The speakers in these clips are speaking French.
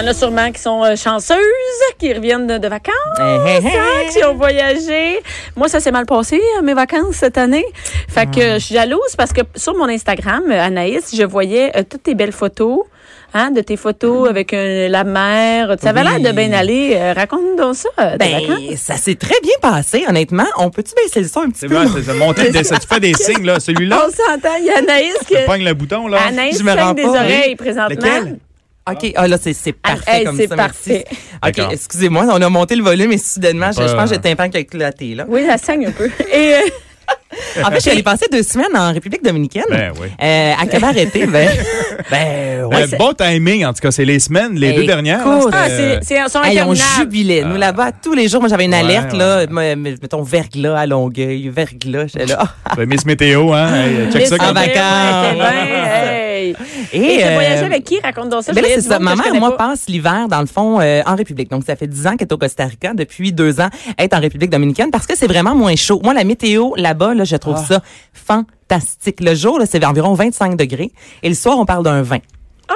Il y en a sûrement qui sont euh, chanceuses, qui reviennent de, de vacances, Hey, hey, hey. hein, qui ont voyagé. Moi, ça s'est mal passé, euh, mes vacances cette année. Fait que Hmm. euh, je suis jalouse parce que sur mon Instagram, euh, Anaïs, je voyais euh, toutes tes belles photos. Hein, de tes photos avec euh, la mer. Ça avait Hmm. Oui. l'air de bien aller. Euh, Raconte donc ça, euh, tes vacances. Ben, ça s'est très bien passé, honnêtement. On peut-tu baisser le son un petit C'est peu? vrai, c'est c'est monté, des- ça, tu fais des signes, là. Celui-là, On s'entend, il y a Anaïs tu que... pognes le bouton, là. Anaïs je me rends saigne des pas, oui. oreilles présentement. Lequel? OK, ah, là, c'est- c'est parfait hey, comme c'est ça, merci. parfait. OK, D'accord. excusez-moi, on a monté le volume et soudainement, je, Pas- je pense que j'ai le tympan qui a éclaté, là. Oui, ça saigne un peu. Et euh, En fait, je suis allée passer deux semaines en République dominicaine. Ben oui. Euh, à Cabareté, ben... ben, ouais. Euh, bon timing, en tout cas, c'est les semaines, les Hey, deux dernières. là, écoute. c'était, ah, euh, c'est, c'est, ils sont Oh, Hey, on interminables. jubilait. Nous, là-bas, tous les jours, moi, j'avais une Ah. Ouais, alerte, ouais. là. me- me- Mettons, verglas à Longueuil, verglas. J'étais là. c'était Miss Météo, hein. Hey, check ça Laisse en comme tomber, vacances. ouais, t'es bien, hey. Et Et, t'as euh, voyagé avec qui? Raconte donc ça. Ben là, je connais c'est du ça. monde Ma que je mère, connais moi, pas. passe l'hiver, dans le fond, euh, en République. Donc, ça fait 10 ans qu'elle est au Costa Rica, depuis deux ans, elle est en République dominicaine parce que c'est vraiment moins chaud. Moi, la météo là-bas, là, je trouve Ah. ça fantastique. Le jour, là, c'est environ 25 degrés et le soir, on parle d'un 20.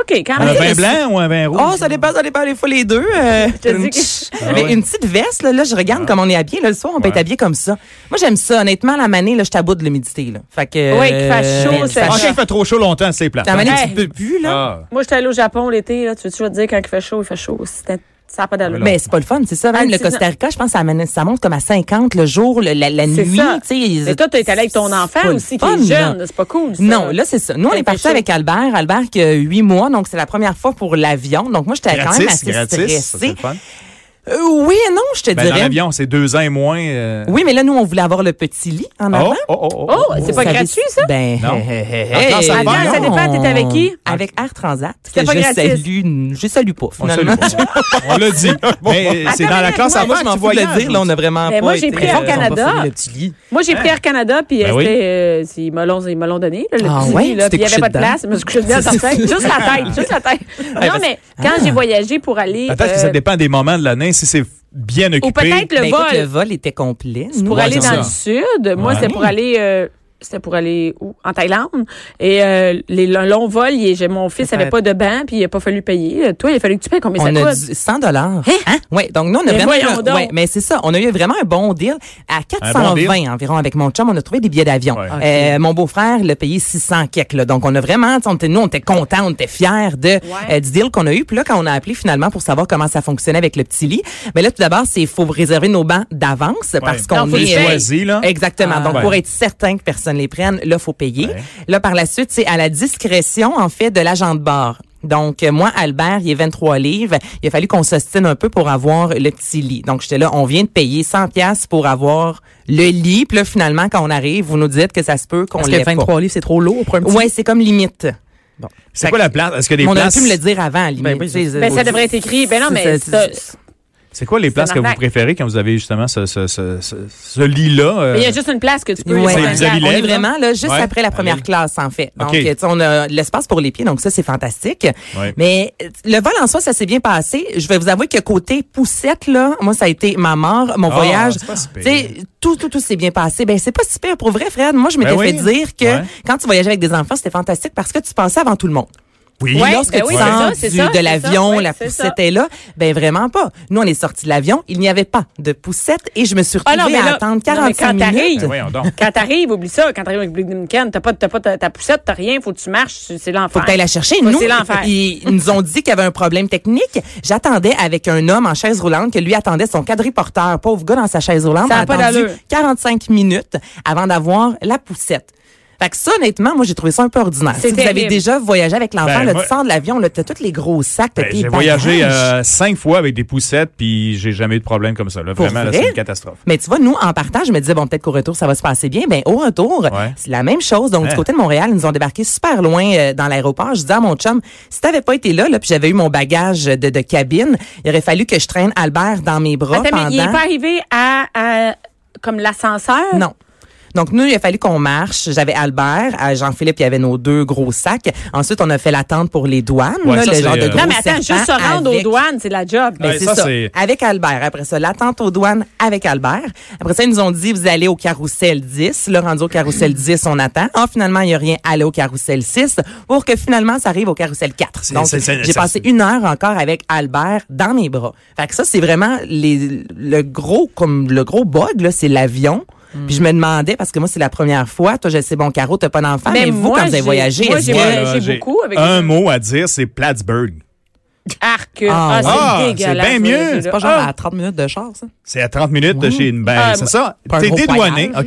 OK, quand Un même. Ah, vin blanc ou un vin rouge? Oh, ça dépend, ça dépend des fois les deux. euh, te dis une, que- Ah. petite- Ah mais ouais. une petite veste, là, là, je regarde comme on est habillé. Là, le soir, on peut être Ouais. habillé comme ça. Moi, j'aime ça. Honnêtement, la manée, là, je taboute de l'humidité. Là. Fait que, Ouais, qu'il fasse chaud, euh, c'est- qu'il En fasse Ah. cas, il fait trop chaud longtemps, c'est plat. La manée, Hey. tu peux plus, là. Ah. Moi, j'étais allée au Japon l'été. Là, tu veux toujours te dire quand il fait chaud, il fait chaud. C'était- Ça n'a pas d'allure. Mais Ben, c'est pas le fun, c'est ça. Ah, Même le c'est ça. Costa Rica, je pense, ça, amène- ça monte comme à 50 le jour, le- la, la C'est nuit. ça. tu sais, ils- Mais toi, t'es allé avec ton c'est enfant pas le aussi, qui fun, est jeune. là. C'est pas cool, ça. Non, là, c'est ça. Nous, on Ça est fait partis chaud. avec Albert. Albert qui a huit mois, donc c'est la première fois pour l'avion. Donc moi, j'étais quand même Gratis, assez gratis. ça, c'est stressée. le fun. Euh, oui et non, je te Ben, dans dirais. l'avion, c'est deux ans et moins. euh, Oui, mais là, nous, on voulait avoir le petit lit en avant. Oh, oh, oh, Oh, c'est pas Vous savez- gratuit, ça? Ben, Non. hé, hé, hé, Attends, ça hé, dépend, non. ça dépend, t'étais avec qui? Avec Air Transat. C'était que pas je gratis. Salue, je salue pas, On salue finalement. pas. On l'a dit. Mais euh, c'est dans la classe Ah, avant moi, je que m'en tu fous de le voyages. dire, là, on a vraiment Ben, pas moi, j'ai été, pris Air euh, on a pas Canada. fourni le petit lit. Moi, j'ai pris Air Canada, puis Ben oui. c'était, euh, c'est- ils me l'ont ils me l'ont donné, là, le Ah petit ouais? lit, là, Tu puis t'es il n'y avait couché pas de dedans? place. Je me suis couché dedans, ça me fait- juste la tête, juste la tête. Non, parce- Ah. mais quand j'ai voyagé pour aller... Peut-être euh, que ça dépend des moments de l'année, si c'est bien occupé. ou peut-être le Ben, écoute, vol. le vol était complet. Nous, pour on aller a- dans le sud. Moi, Ouais. c'était pour aller. euh, c'était pour aller où? En Thaïlande. Et euh, les, le long vol, il est- j'ai- mon fils avait pas de bain, puis il a pas fallu payer. Euh, Toi, il a fallu que tu payes combien On ça a coûte? du 100 dollars. Hein? Ouais, donc nous on a Mais voyons vraiment donc. ouais, mais c'est ça, on a eu vraiment un bon deal à 420 deal. environ avec mon chum, on a trouvé des billets d'avion. Ouais. Ah, Euh, mon beau-frère l'a payé 600 quelques là. Donc on a vraiment tu sais, on était- nous on était contents, on était fiers de euh, du deal qu'on a eu. Puis là quand on a appelé finalement pour savoir comment ça fonctionnait avec le petit lit, mais là tout d'abord, c'est faut réserver nos bancs d'avance parce qu'on Non, faut les est euh, choisir, là. Exactement. Ah. Donc Ouais. pour être certain que personne les prenne, là faut payer. Ouais. Là, par la suite, c'est à la discrétion, en fait, de l'agent de bord. Donc, euh, moi, Albert, il est 23 livres. Il a fallu qu'on s'ostine un peu pour avoir le petit lit. Donc, j'étais là, on vient de payer 100 pièces pour avoir le lit. Puis là, finalement, quand on arrive, vous nous dites que ça se peut qu'on Parce l'ait que pas. 23 livres, c'est trop lourd pour un petit. Ouais, c'est comme limite. C'est quoi la place? Est-ce que les Mais on aurait places. pu me le dire avant, à la limite. Ben oui, c'est- Ben, ça devrait être écrit. Ben non, mais C'est- ça- C'est quoi les places un que vous arnaque. préférez quand vous avez justement ce, ce, ce, ce, ce lit-là? euh, il y a juste une place que tu peux. Ouais. c'est une vis-à-vis place. les- on l'aile, est là? vraiment là juste Ouais. après la première Allez. classe en fait. Donc OK. euh, tu sais, on a l'espace pour les pieds donc ça c'est fantastique. Ouais. Mais euh, le vol en soi ça s'est bien passé. Je vais vous avouer que côté poussette là, moi ça a été ma mort, mon Ah, voyage. c'est pas si pire. Tu sais, tout tout tout s'est bien passé. Ben c'est pas super pour vrai Fred. Moi je m'étais Ben oui. fait dire que Ouais. quand tu voyageais avec des enfants, c'était fantastique parce que tu passais avant tout le monde. Oui. Ouais. Lorsque ben tu oui, sors c'est ça, c'est du- ça, de c'est l'avion, ça, ouais, la c'est poussette ça. est là. Ben vraiment pas. Nous on est sortis de l'avion, il n'y avait pas de poussette et je me suis Ah retrouvée non, mais à là, attendre non, mais 45 quand minutes. t'arrives- Ben voyons donc. Quand t'arrives, oublie ça. Quand t'arrives avec Blue Dominicaine, t'as pas, t'as pas ta, ta poussette, t'as rien, faut que tu marches, c'est- c'est l'enfer. Faut que t'ailles la chercher. Faut- Nous, c'est l'enfer. ils ils nous ont dit qu'il y avait un problème technique. J'attendais avec un homme en chaise roulante que lui attendait son quadriporteur, pauvre gars dans sa chaise roulante. Ça a a pas attendu d'allure. 45 minutes avant d'avoir la poussette. Fait que ça, honnêtement, moi, j'ai trouvé ça un peu ordinaire. C'est Si vous avez terrible. déjà voyagé avec l'enfant, Ben, là, moi- tu sors de l'avion, là, t'as tous les gros sacs, t'as Ben, tes j'ai voyagé bagages. euh, cinq fois avec des poussettes, puis j'ai jamais eu de problème comme ça. Là. Pour Vraiment, là, vrai? c'est une catastrophe. Mais tu vois, nous, en partant, je me disais, bon, peut-être qu'au retour, ça va se passer bien. Ben, au retour, Ouais. c'est la même chose. Donc, du Hein. côté de Montréal, ils nous ont débarqué super loin euh, dans l'aéroport. Je disais à mon chum, si t'avais pas été là, là puis j'avais eu mon bagage de, de cabine, il aurait fallu que je traîne Albert dans mes bras Attends, mais pendant... il n'est pas arrivé à, à- comme l'ascenseur? Non. Donc, nous, il a fallu qu'on marche. J'avais Albert, euh, Jean-Philippe, il y avait nos deux gros sacs. Ensuite, on a fait l'attente pour les douanes, Ouais, là, ça, le c'est, genre de euh, gros Non, mais attends, serpent juste se rendre aux avec- douanes, c'est la job. Ben, Ouais, c'est ça, ça, c'est- Avec Albert. Après ça, l'attente aux douanes avec Albert. Après ça, ils nous ont dit, vous allez au carrousel 10. Là, rendu au carrousel 10, on attend. Ah, finalement, il n'y a rien. Allez au carrousel 6 pour que finalement, ça arrive au carrousel 4. C'est- Donc, c'est- c'est- j'ai ça- passé une heure encore avec Albert dans mes bras. Fait que ça, c'est vraiment les, le gros, comme le gros bug, là, c'est l'avion. Hmm. Puis je me demandais, parce que moi, c'est la première fois. Toi, je sais, bon, Caro, t'as pas d'enfant, mais, Mais vous, Ben, moi, quand vous avez j'ai- voyagé, moi, est-ce j'ai que- voyagé. là, j'ai Euh, j'ai beaucoup avec- Un mot à dire, c'est Plattsburgh. Arc. Ah, Ah, ouais. Ah, c'est c'est dégueulasse. bien mieux. ce c'est jeu-là. pas genre Ah, à 30 minutes de char, ça? C'est à 30 minutes de chez une ben, Ah, c'est ça. pas un T'es gros dédouané, OK?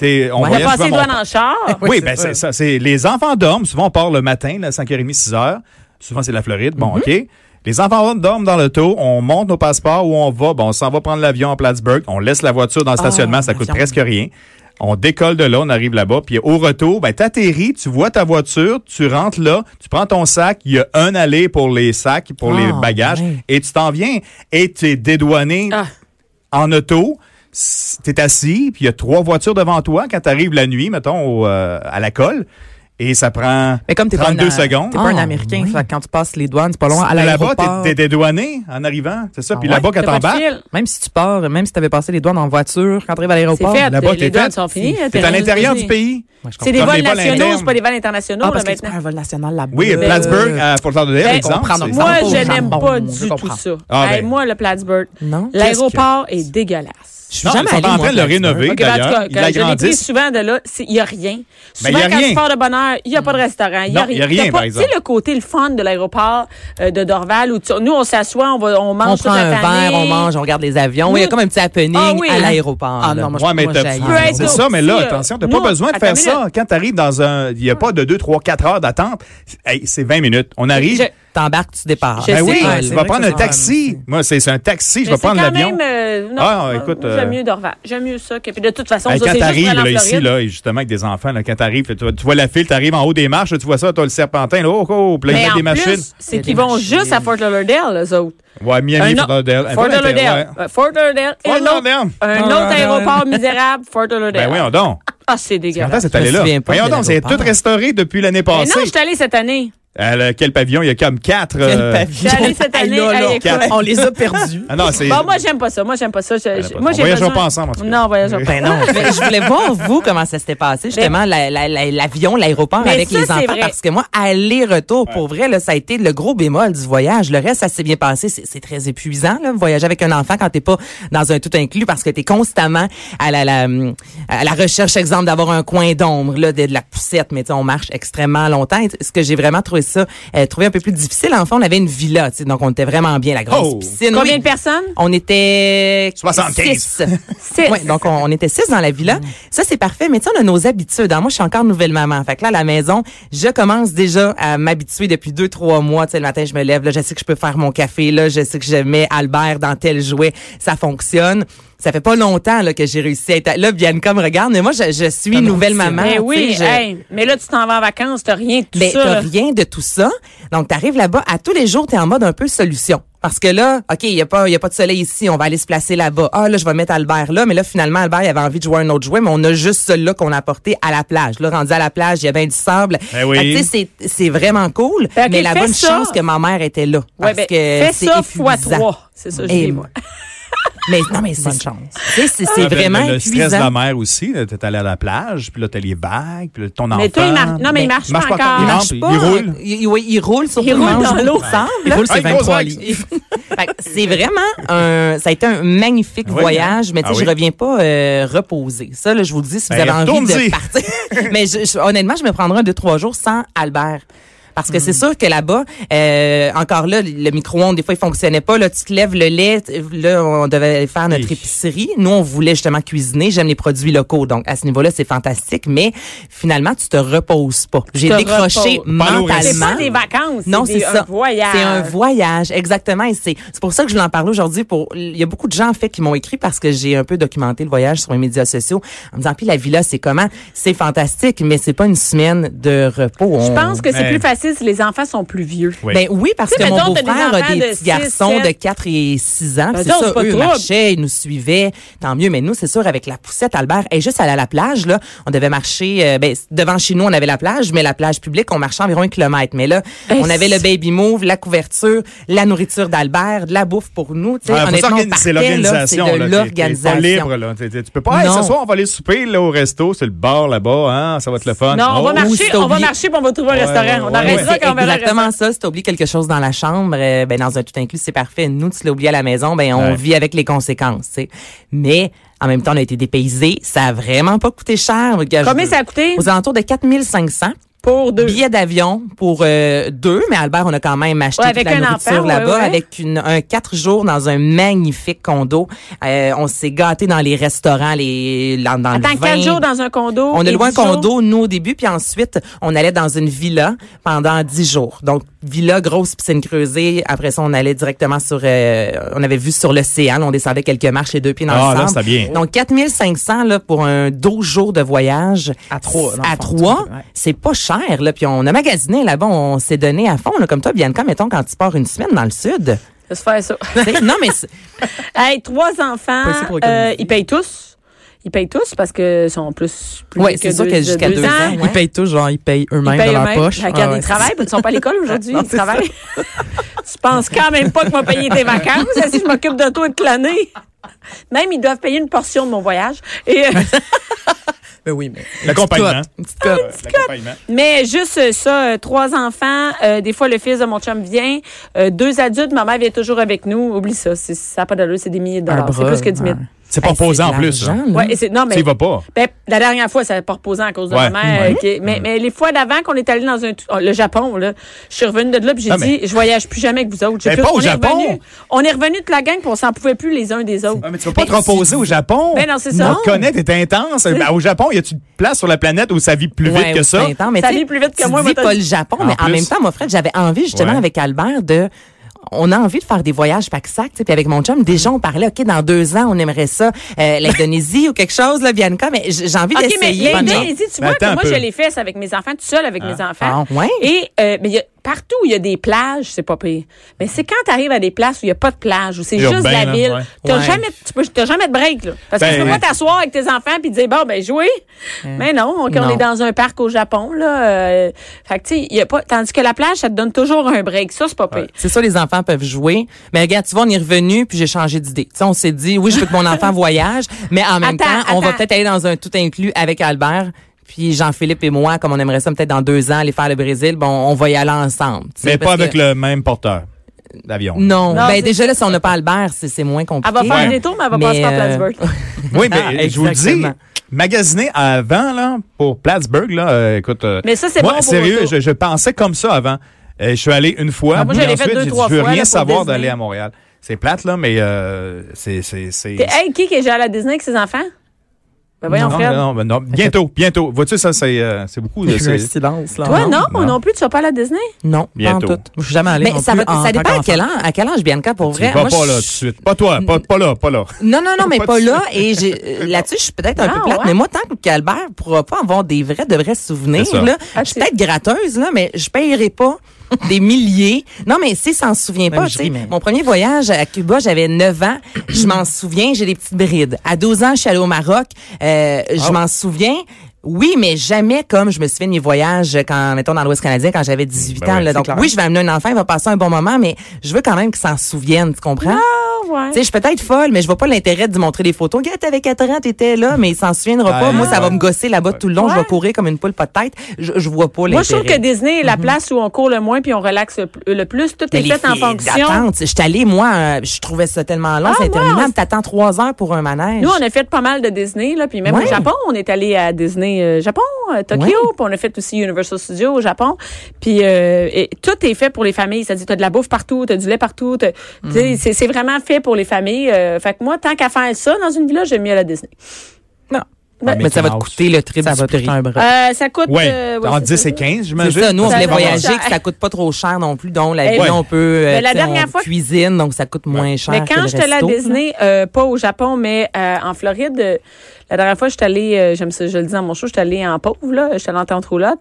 T'es, on Ouais. T'as voyage passé souvent, les mon- douanes en char? Oui, Ouais, ben Ah, c'est ça. c'est ça. C'est les enfants dorment. Souvent, on part le matin, là, 5h30, 6h. Souvent, c'est la Floride. Bon, Mm-hmm. OK. Les enfants dorment dans l'auto. On monte nos passeports où on va. Bon, on s'en va prendre l'avion à Plattsburgh. On laisse la voiture dans le Ah, stationnement. ça coûte l'avion. presque rien. On décolle de là, on arrive là-bas, puis au retour, ben t'atterris, tu vois ta voiture, tu rentres là, tu prends ton sac, il y a un aller pour les sacs, pour les Ah, bagages, ouais. et tu t'en viens, et tu es dédouané Ah. en auto, s- t'es assis, puis il y a trois voitures devant toi quand t'arrives la nuit, mettons, au, euh, à la colle, et ça prend Mais comme t'es pas 32 un- secondes. T'es pas un Ah, Américain. fait que quand tu passes les douanes, c'est pas long. À Mais là-bas, l'aéroport. t'es- t'es dédouané en arrivant, c'est ça. Ah puis ouais? là-bas, quand T'as pas de t'embarques, fil. Même si tu pars, même si t'avais passé les douanes en voiture, quand t'arrives à l'aéroport. C'est fait. là-bas, Les t'es douanes fait. sont finies, hein, t'es t'es à l'intérieur revenu. du pays. Ouais, je comprends. C'est des Comme vols les vols nationaux, internes. c'est pas des vols internationaux, Ah, là, parce que c'est pas maintenant. un vol national là-bas. Oui, là. Plattsburgh, euh, à Fort Lauderdale, Ben, exemple. comprends, c'est- Euh. on Moi, Jambon, je n'aime jambon, pas je du comprends. tout ça. Ah, ben. Hey, moi, le Plattsburgh, Non. l'aéroport est dégueulasse. Je suis Non, jamais ils sont allée, en moi, train de le à Plattsburgh. rénover. Ok, ben, en tout d'ailleurs, cas, ils quand je l'agrandissent. l'écris souvent de là, c'est- il n'y a rien. Ben, Souvent, il y a quand rien. tu pars de bonne heure, il n'y a pas de restaurant, il n'y a Non, rien. il y a rien, T'as par pas- exemple. Tu sais, le côté, le fun de l'aéroport euh, de Dorval, où tu- nous, on s'assoit, on, va- on mange On toute prend un la verre, famille. on mange, on regarde les avions. Il y a Nous- comme un petit happening Ah oui, à hein. l'aéroport. Ah là. non, moi, Ouais, mais moi, t'as- j'haïs. Tu peux être c'est ça, mais là, aussi, euh, attention, t'as non, pas besoin de attends faire une ça. minute. Quand t'arrives dans un, il n'y a pas de 2, 3, 4 heures d'attente. Hey, c'est 20 minutes. On arrive. Je- T'embarques, tu départs. Je Ben sais. oui, Ouais, c'est tu vas vrai prendre que un ça, taxi. Moi, c'est c'est un taxi, je Mais vais c'est quand prendre l'avion. même, euh, non, Ah, euh, écoute, J'aime euh, mieux Dorval. J'aime mieux ça. Que, puis de toute façon, Hey, ça, quand c'est juste t'arrives pour aller en là, ici, Floride. là, et justement avec des enfants, là, quand t'arrives, tu, vois- tu vois la file, t'arrives en haut des marches, tu vois ça, t'as le serpentin, là, oh, oh, puis là, ils Mais mettent en des machines. plus, c'est qu'ils vont juste à Fort Lauderdale, eux autres. Ouais, Miami, Un Fort autre- Lauderdale. Fort Fort Lauderdale, Lauderdale. ouais. Euh, Fort Lauderdale. Fort Un autre- Lauderdale. Un Fort autre Lauderdale. aéroport misérable, Fort Ben Lauderdale. voyons donc. Ah, c'est Attends, dégueulasse. c'est me allé là. souviens pas Voyons de donc, c'est tout l'aéroport. restauré depuis l'année Mais non, passée. je suis allée cette année. Euh, le- quel pavillon? Il y a comme quatre. Quel euh, Je suis allée cette année. Là, là, Hey, écoute. On les a perdus. Ah non, c'est. Bon, moi, j'aime pas ça. Moi, j'aime pas ça. Je- Elle je- a pas- moi, on j'ai voyageons besoin- pas ensemble, en tout cas. Non, on voyageons pas. Ben non. Mais je voulais voir, vous, comment ça s'était passé, justement, la- la- la- l'avion, l'aéroport Mais avec ça, les c'est enfants. vrai. Parce que moi, aller-retour, pour vrai, là, ça a été le gros bémol du voyage. Le reste, ça s'est bien passé. C'est c'est très épuisant, là, voyager avec un enfant quand t'es pas dans un tout inclus parce que t'es constamment à la, la, à la recherche, exemple, d'avoir un coin d'ombre, là, de, de la poussette. Mais tu sais, on marche extrêmement longtemps. Et ce que j'ai vraiment trouvé ça, euh, trouvé un peu plus difficile, en fait, on avait une villa, tu sais, donc on était vraiment bien, la grosse Oh! piscine. Combien Oui. de personnes? On était 75. six. Six. Ouais, donc on, on était six dans la villa. Ça c'est parfait, mais tu sais on a nos habitudes. hein. Moi je suis encore nouvelle maman. Fait que là à la maison, je commence déjà à m'habituer depuis deux trois mois. Tu sais le matin je me lève, là je sais que je peux faire mon café, là je sais que je mets Albert dans tel jouet, ça fonctionne. Ça fait pas longtemps là que j'ai réussi à être là. Bianca me regarde, mais moi je, je suis nouvelle maman. Mais Ben oui, tu sais, je- hey, mais là, tu t'en vas en vacances, t'as rien de tout ben, ça. t'as là. rien de tout ça. Donc, t'arrives là-bas, à tous les jours, t'es en mode un peu solution. Parce que là, OK, il n'y a, pas- y a pas de soleil ici, on va aller se placer là-bas. Ah, là, je vais mettre Albert là. Mais là, finalement, Albert, il avait envie de jouer à un autre jouet, mais on a juste celui-là qu'on a apporté à la plage. Là, rendu à la plage, il y avait du sable. Ben oui. Fait que, tu sais, c'est- c'est vraiment cool. Fait que mais la Ben, fais bonne ça. chance que ma mère était là. Ouais, Parce ben, que fais c'est ça fois épuisant. trois. C'est ça, que je Et- dis, moi. Mais non, mais c'est... Bonne chance. C'est, c'est, c'est Ah, ben, vraiment Le stress de épuisant. la mer aussi. là, T'es allé à la plage, puis là, t'as les vagues, puis là, ton enfant. Mais toi, il marche. Non, mais il ben, marche pas Il encore. marche marche pas. Il roule. Il, oui, il roule sur Il tout le roule monde, Ah, dans il l'eau. roule ensemble. Il roule ses Hey, gros 23 sac. livres. Fait que c'est vraiment un, ça a été un magnifique Ah oui, voyage, mais tu sais, Ah oui. je reviens pas euh, reposer. Ça, là, je vous le dis, si vous Ben, avez envie de retourne-y. partir. mais je- je- honnêtement, je me prendrai un, deux, trois jours sans Albert. Parce que c'est Hmm. sûr que là-bas, euh, encore là, le micro-ondes, des fois, il fonctionnait pas. Là, tu te lèves le lait. t- Là, on devait faire notre Hi. épicerie. Nous, on voulait justement cuisiner. J'aime les produits locaux. Donc, à ce niveau-là, c'est fantastique. Mais finalement, tu te reposes pas. J'ai te décroché reposes. Pas au C'est restaurant. pas mentalement. des vacances. Non, c'est c'est des- ça. un voyage. C'est un voyage, exactement. Et c'est c'est pour ça que je voulais en parler aujourd'hui. Pour il y a beaucoup de gens en fait qui m'ont écrit parce que j'ai un peu documenté le voyage sur mes médias sociaux en me disant puis la villa c'est comment C'est fantastique, mais c'est pas une semaine de repos. Je On- pense que c'est Ouais. plus facile si les enfants sont plus vieux. Oui. Ben oui, parce Tu sais, que mon mettons, t'as des beau-frère a enfants des de petits six, garçons de sept. 4 et 6 ans. Ben puis donc, c'est c'est ça, pas eux trouble. marchaient, ils nous suivaient, tant mieux. Mais nous, c'est sûr, avec la poussette, Albert, et juste aller à la plage, là, on devait marcher, euh, ben, c- devant chez nous, on avait la plage, mais la plage publique, on marchait environ un kilomètre. Mais là, Hey, on avait le Eh, c'est- baby move, la couverture, la nourriture d'Albert, de la bouffe pour nous, tu sais. Ah, faut honnêtement, on s'organiser, c'est partait, là, c'est l'organisation. de là. T'es- l'organisation. T'es pas libre. Là. T'es- t'es- tu peux pas, hey, ce Non. soir, on va aller souper là, au resto, c'est le bar là-bas, hein, ça va être le fun. Non, on va Oh, ou marcher, c'est on va oublié. marcher puis on va trouver un Ouais, restaurant. ouais, on arrête ouais. ça Ah C'est quand on va le exactement ça. Si t'as oublié quelque chose dans la chambre, euh, ben dans un tout inclus, c'est parfait. Nous, tu l'as oublié à la maison, ben on Ouais. vit avec les conséquences. tu sais. Mais en même temps, on a été dépaysés. Ça a vraiment pas coûté cher. Regarde, Combien je- ça a coûté? Aux alentours de 4500 Pour deux. billets d'avion pour euh, deux, mais Albert, on a quand même acheté Ouais, toute avec la un nourriture enfant, ouais, là-bas ouais. avec une, un quatre jours dans un magnifique condo. Euh, on s'est gâté dans les restaurants, les dans, dans le Attends, vin. quatre jours dans un condo. On a et loué un dix jours. condo, nous, au début, puis ensuite, on allait dans une villa pendant dix jours. Donc, villa, grosse piscine creusée. Après ça, on allait directement sur... euh, on avait vu sur l'océan. On descendait quelques marches les deux pieds dans Ah, le là, sable. c'était bien. Donc, 4500 là, pour un 12 jours de voyage. À trois, dans le À fond, trois, tu- ouais. c'est pas cher. Là. Puis on a magasiné là-bas. On s'est donné à fond. Là, comme toi, Bianca, mettons, quand tu pars une semaine dans le sud. Ça se fait ça. Tu sais, non, mais... c'est- Hey, trois enfants, Pas ici pour euh, économiser. ils payent tous. Ils payent tous parce que sont plus, plus Ouais, vieux c'est sûr deux- que de jusqu'à deux ans, ouais. Ils payent tout, genre, ils payent Ils eux-mêmes payent dans leur eux-mêmes. poche. Ah, Regarde, Ouais, ils ouais, travaillent, ils ne sont pas à l'école aujourd'hui, Non, ils c'est ça. travaillent. tu penses quand même pas que moi payer tes vacances, si je m'occupe de toi et de l'année. Même, ils doivent payer une portion de mon voyage. Et, euh, c'est- Ben oui, mais. L'accompagnement. Une petite cote. Euh, L'accompagnement. mais juste euh, ça, euh, trois enfants, euh, des fois le fils de mon chum vient, euh, deux adultes, ma mère vient toujours avec nous. Oublie ça, c'est- ça n'a pas d'allure, c'est des milliers de Un dollars. C'est bras, plus que 10 000. ouais. C'est pas Hey, c'est posé en de plus. l'argent, hein. là. Ouais, et c'est- non, mais. Tu y vas pas. Ben, la dernière fois, ça n'avait pas reposé à cause de Ouais. ma mère. Ouais. ok. Mais, mais les fois d'avant qu'on est allé dans un, tou- oh, le Japon, là, je suis revenue de là puis j'ai Ah, dit, je voyage plus jamais avec vous autres. J'ai Mais plus- pas au on est Japon! revenu- on est revenu de la gang puis on s'en pouvait plus les uns des autres. Ah, mais tu vas pas te Ben, reposer au Japon. Ben non, c'est ça. On te connaît, t'es intense. Ben, au Japon, y a-tu une place sur la planète où ça vit plus Ouais, vite que au ça? printemps, mais Ça tu sais, vit plus vite que tu moi, dis moi, t'as pas dit- le Japon, En mais en plus. même temps, mon frère, j'avais envie justement Ouais. avec Albert de on a envie de faire des voyages pack-sac, tu sais, puis avec mon chum, déjà on parlait, ok, dans deux ans on aimerait ça, euh, l'Indonésie ou quelque chose, là, Bianca, mais j- j'ai envie OK, mais d'essayer. l'Indonésie, tu vois, Mais attends que un moi, peu. je l'ai fait c'est avec mes enfants, tout seul avec mes enfants. Ah, ouais? Et euh, mais il y a- partout où il y a des plages, c'est pas pire. Mais c'est quand tu arrives à des places où il n'y a pas de plage, où c'est Urbain, juste la là, ville, ouais. t'as Ouais. jamais, tu peux, t'as jamais de break. Là, parce que Ben, tu peux ouais. pas t'asseoir avec tes enfants puis dire, bon, ben jouez. Mais non, on, on Non. est dans un parc au Japon. Là, euh, fait que, tu sais, il y a pas, tandis que la plage, ça te donne toujours un break. Ça, c'est pas pire. C'est ça, les enfants peuvent jouer. Mais regarde, tu vois, on est revenu, puis j'ai changé d'idée. Tu sais, on s'est dit, oui, je veux que mon enfant voyage, mais en même Attends, temps, on va attends. peut-être aller dans un tout inclus avec Albert. Puis Jean-Philippe et moi, comme on aimerait ça peut-être dans deux ans aller faire le Brésil, bon, on va y aller ensemble. tu sais, Mais pas parce que- avec le même porteur d'avion. Non. Non, c'est ben déjà là, si on n'a pas Albert, c'est c'est moins compliqué. Elle va faire Ouais. un détour, mais elle va Mais, passer par euh, Plattsburgh. Oui, mais Ah, je vous le dis, exactement. magasiner avant là pour Plattsburgh là, euh, écoute. euh, Mais ça, c'est moi, bon pour sérieux, auto. je, je pensais comme ça avant. Euh, je suis allé une fois, Ah, moi, puis j'avais fait ensuite, deux, j'ai dit, trois je veux fois, rien là, pour savoir Disney. d'aller à Montréal. C'est plate là, mais euh, c'est c'est c'est. T'es- Hey, qui qui est déjà allé à la Disney avec ses enfants? Ben voyons, non, Fred. non, non, non, bientôt, bientôt. Vois-tu ça, c'est euh, c'est beaucoup. de- Il y a eu un c'est- silence, là. Toi, non, non. non, plus, tu vas pas à la Disney? Non, pas en Bientôt. tout. Je suis jamais allé. Mais non ça, plus va- en ça tant dépend à qu'enfant. quel, an- à quel âge, Bianca, pour Tu vrai. vas Moi, pas je- là tout de suite. Pas toi, pas, pas là, pas là. Non, non, non, mais Pas pas de là. Et j'ai- euh, là-dessus, je suis peut-être un Ah, peu plate, ouais? mais moi, tant qu'Albert pourra pas avoir des vrais, de vrais C'est ça. souvenirs, là, Ah, je suis c'est- peut-être gratteuse, là, mais je payerai pas des milliers. Non, mais si s'en souvient pas, mais je tu sais, ris, mais- mon premier voyage à Cuba, j'avais 9 ans, je m'en souviens, j'ai des petites brides. À 12 ans, je suis allée au Maroc, euh, Oh. je m'en souviens. Oui, mais jamais comme je me souviens de mes voyages quand, mettons, dans l'Ouest canadien, quand j'avais 18 Ben ans. ouais, là. c'est Donc, clair. oui, je vais amener un enfant, il va passer un bon moment, mais je veux quand même qu'il s'en souvienne, tu comprends? Ah, voir. Tu sais, je suis peut-être folle, mais je vois pas l'intérêt de lui montrer des photos. Regarde, t'avais 4 ans, t'étais là, mais il s'en souviendra Ah, pas. Moi, ça va ouais. me gosser là-bas tout le long. Je Ouais. vais courir comme une poule pas de tête. Je, je vois pas l'intérêt. Mm-hmm. Moi, je trouve que Disney est la place où on court le moins puis on relaxe le pl- le plus. Tout est Mais les fait en files fonction. d'attente, Je suis allée, moi, euh, je trouvais ça tellement long, Ah, c'est moi, on- interminable. T'attends trois heures pour un manège. Nous, on a fait pas mal de Disney, là, puis même Ouais. au Japon, on est allé à Disney euh, Japon, euh, Tokyo, Ouais. puis on a fait aussi Universal Studios au Japon. Puis euh, et tout est fait pour les familles. Ça dit, t'as de la bouffe partout, t'as du lait partout. t'as- tu Mm. sais, C'est c'est vraiment fait pour les familles. euh, fait que moi, tant qu'à faire ça dans une villa, j'aime mieux la Disney. Non. Ah, Ouais. mais ça va te coûter le trip Ça du va prix. coûter un bras. Euh, ça coûte... Ouais, euh, ouais, entre c'est 10 ça. et 15, C'est j'imagine. ça, nous, on Ça voulait coûte voyager, cher. que ça coûte pas trop cher non plus. Donc, Eh la vie, oui. on peut, euh, Mais la tu sais, dernière on fois- cuisine, donc ça coûte moins cher. Mais que quand le j'étais allée à resto, là. Disney, euh, pas au Japon, mais euh, en Floride, euh, la dernière fois, j'étais allée, euh, j'aime ça, je le dis dans mon show, j'étais allée en pauvre, là, j'étais allée en tente roulotte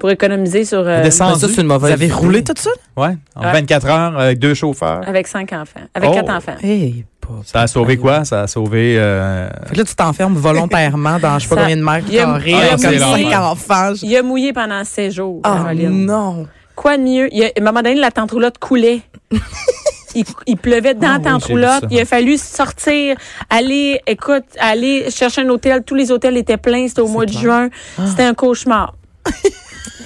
pour économiser sur... euh, Descendu. Mais Ben, ça, c'est une mauvaise Vous avez idée. roulé tout ça? Ouais, en Ouais. Ah. 24 heures avec deux chauffeurs. avec cinq enfants, avec Oh. quatre enfants. Hey, Eh, pas- Ça a Ah, sauvé quoi? Ça a sauvé... euh, Fait que là, tu t'enfermes volontairement dans je sais pas Ça- combien de mères Il y a- carrées, Ah, avec c'est comme long, cinq ouais. enfants. Je- Il a mouillé pendant sept jours, Ah Caroline. non! Quoi de mieux? Il a- à un moment donné, la tente roulotte coulait. Il, il pleuvait dans Ah la oui, tente j'ai vu ça. roulotte. Il a fallu sortir, aller, écoute, aller chercher un hôtel. Tous les hôtels étaient pleins. C'était au mois de juin. C'était un cauchemar.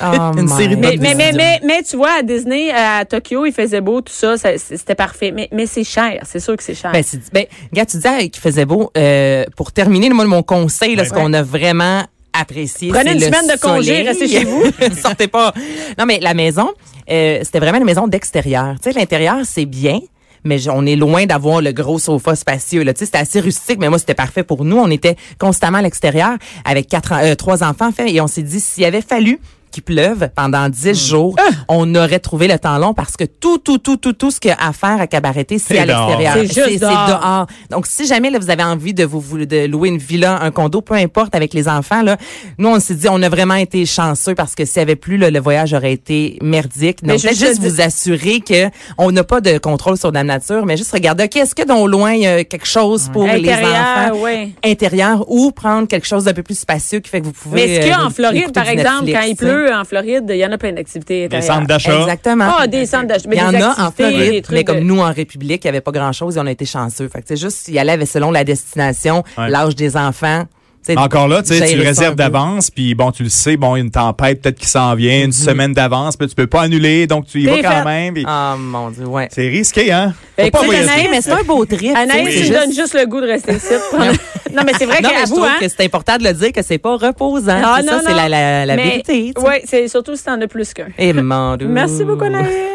Ah, Une série de my Mais, mais, mais, décision. mais, mais tu vois, à Disney, à Tokyo, il faisait beau, tout ça, ça- c'était parfait. Mais, mais c'est cher, c'est sûr que c'est cher. Ben, c'est- ben, regarde, tu disais qu'il faisait beau. Euh, pour terminer, moi, mon conseil, là, ce qu'on a vraiment apprécié, Prenez c'est une le semaine de congé, soleil. restez chez vous. Sortez pas. Non, mais la maison, euh, c'était vraiment une maison d'extérieur. Tu sais, l'intérieur, c'est bien. Mais je- on est loin d'avoir le gros sofa spacieux. Là. Tu sais, C'était assez rustique, mais moi, c'était parfait pour nous. On était constamment à l'extérieur avec quatre, en- euh, trois enfants. en Fait, et on s'est dit, s'il avait fallu qu'il pleuve pendant dix Hmm. jours, Ah! on aurait trouvé le temps long parce que tout, tout, tout, tout, tout ce qu'il y a à faire à Cabareté, c'est C'est à dehors. l'extérieur. C'est juste dehors. dehors. Ah. Donc, si jamais là, vous avez envie de vous vous- de louer une villa, un condo, peu importe, avec les enfants, là, nous, on s'est dit, on a vraiment été chanceux parce que s'il n'y avait plus, là, le voyage aurait été merdique. Mais Donc, je peut-être te juste dis- vous assurer que on n'a pas de contrôle sur la nature, mais juste regarder, OK, est-ce que dans au loin, il y a quelque chose pour les Intérieur, enfants? oui. intérieur ou prendre quelque chose d'un peu plus spacieux qui fait que vous pouvez Mais est-ce euh, qu'en Floride, écouter par du exemple, Netflix, quand il tu sais? pleut en Floride, il y en a plein d'activités Des intérieures. centres d'achat. exactement Ah, des centres d'achat. mais il y en des a en activités, des Floride, trucs mais comme de- nous en République, il n'y avait pas grand-chose et on a été chanceux. Fait que c'est juste y aller avec- selon la destination, Ouais. l'âge des enfants. tu sais, Encore là, tu sais, tu gérer ça le un réserves peu. d'avance, puis bon, tu le sais, bon, il y a une tempête peut-être qui s'en vient, une semaine d'avance, puis tu peux pas annuler, donc tu y vas T'es quand fait. même. puis Ah mon dieu, ouais. C'est risqué, hein? Ben, Faut pas écoute, voyager. Anaïs, Mais c'est un beau trip. tu Anaïs, sais, tu c'est me juste- donnes juste le goût de rester ici. de prendre- non, mais c'est vrai Non, mais je qu'avoue, trouve hein. que c'est important de le dire que c'est pas reposant. Ah, c'est non, ça, c'est non. la, la, la Mais- vérité. tu sais. Oui, c'est surtout si t'en as plus qu'un. Eh, mon Dieu. Merci beaucoup, Anaïs.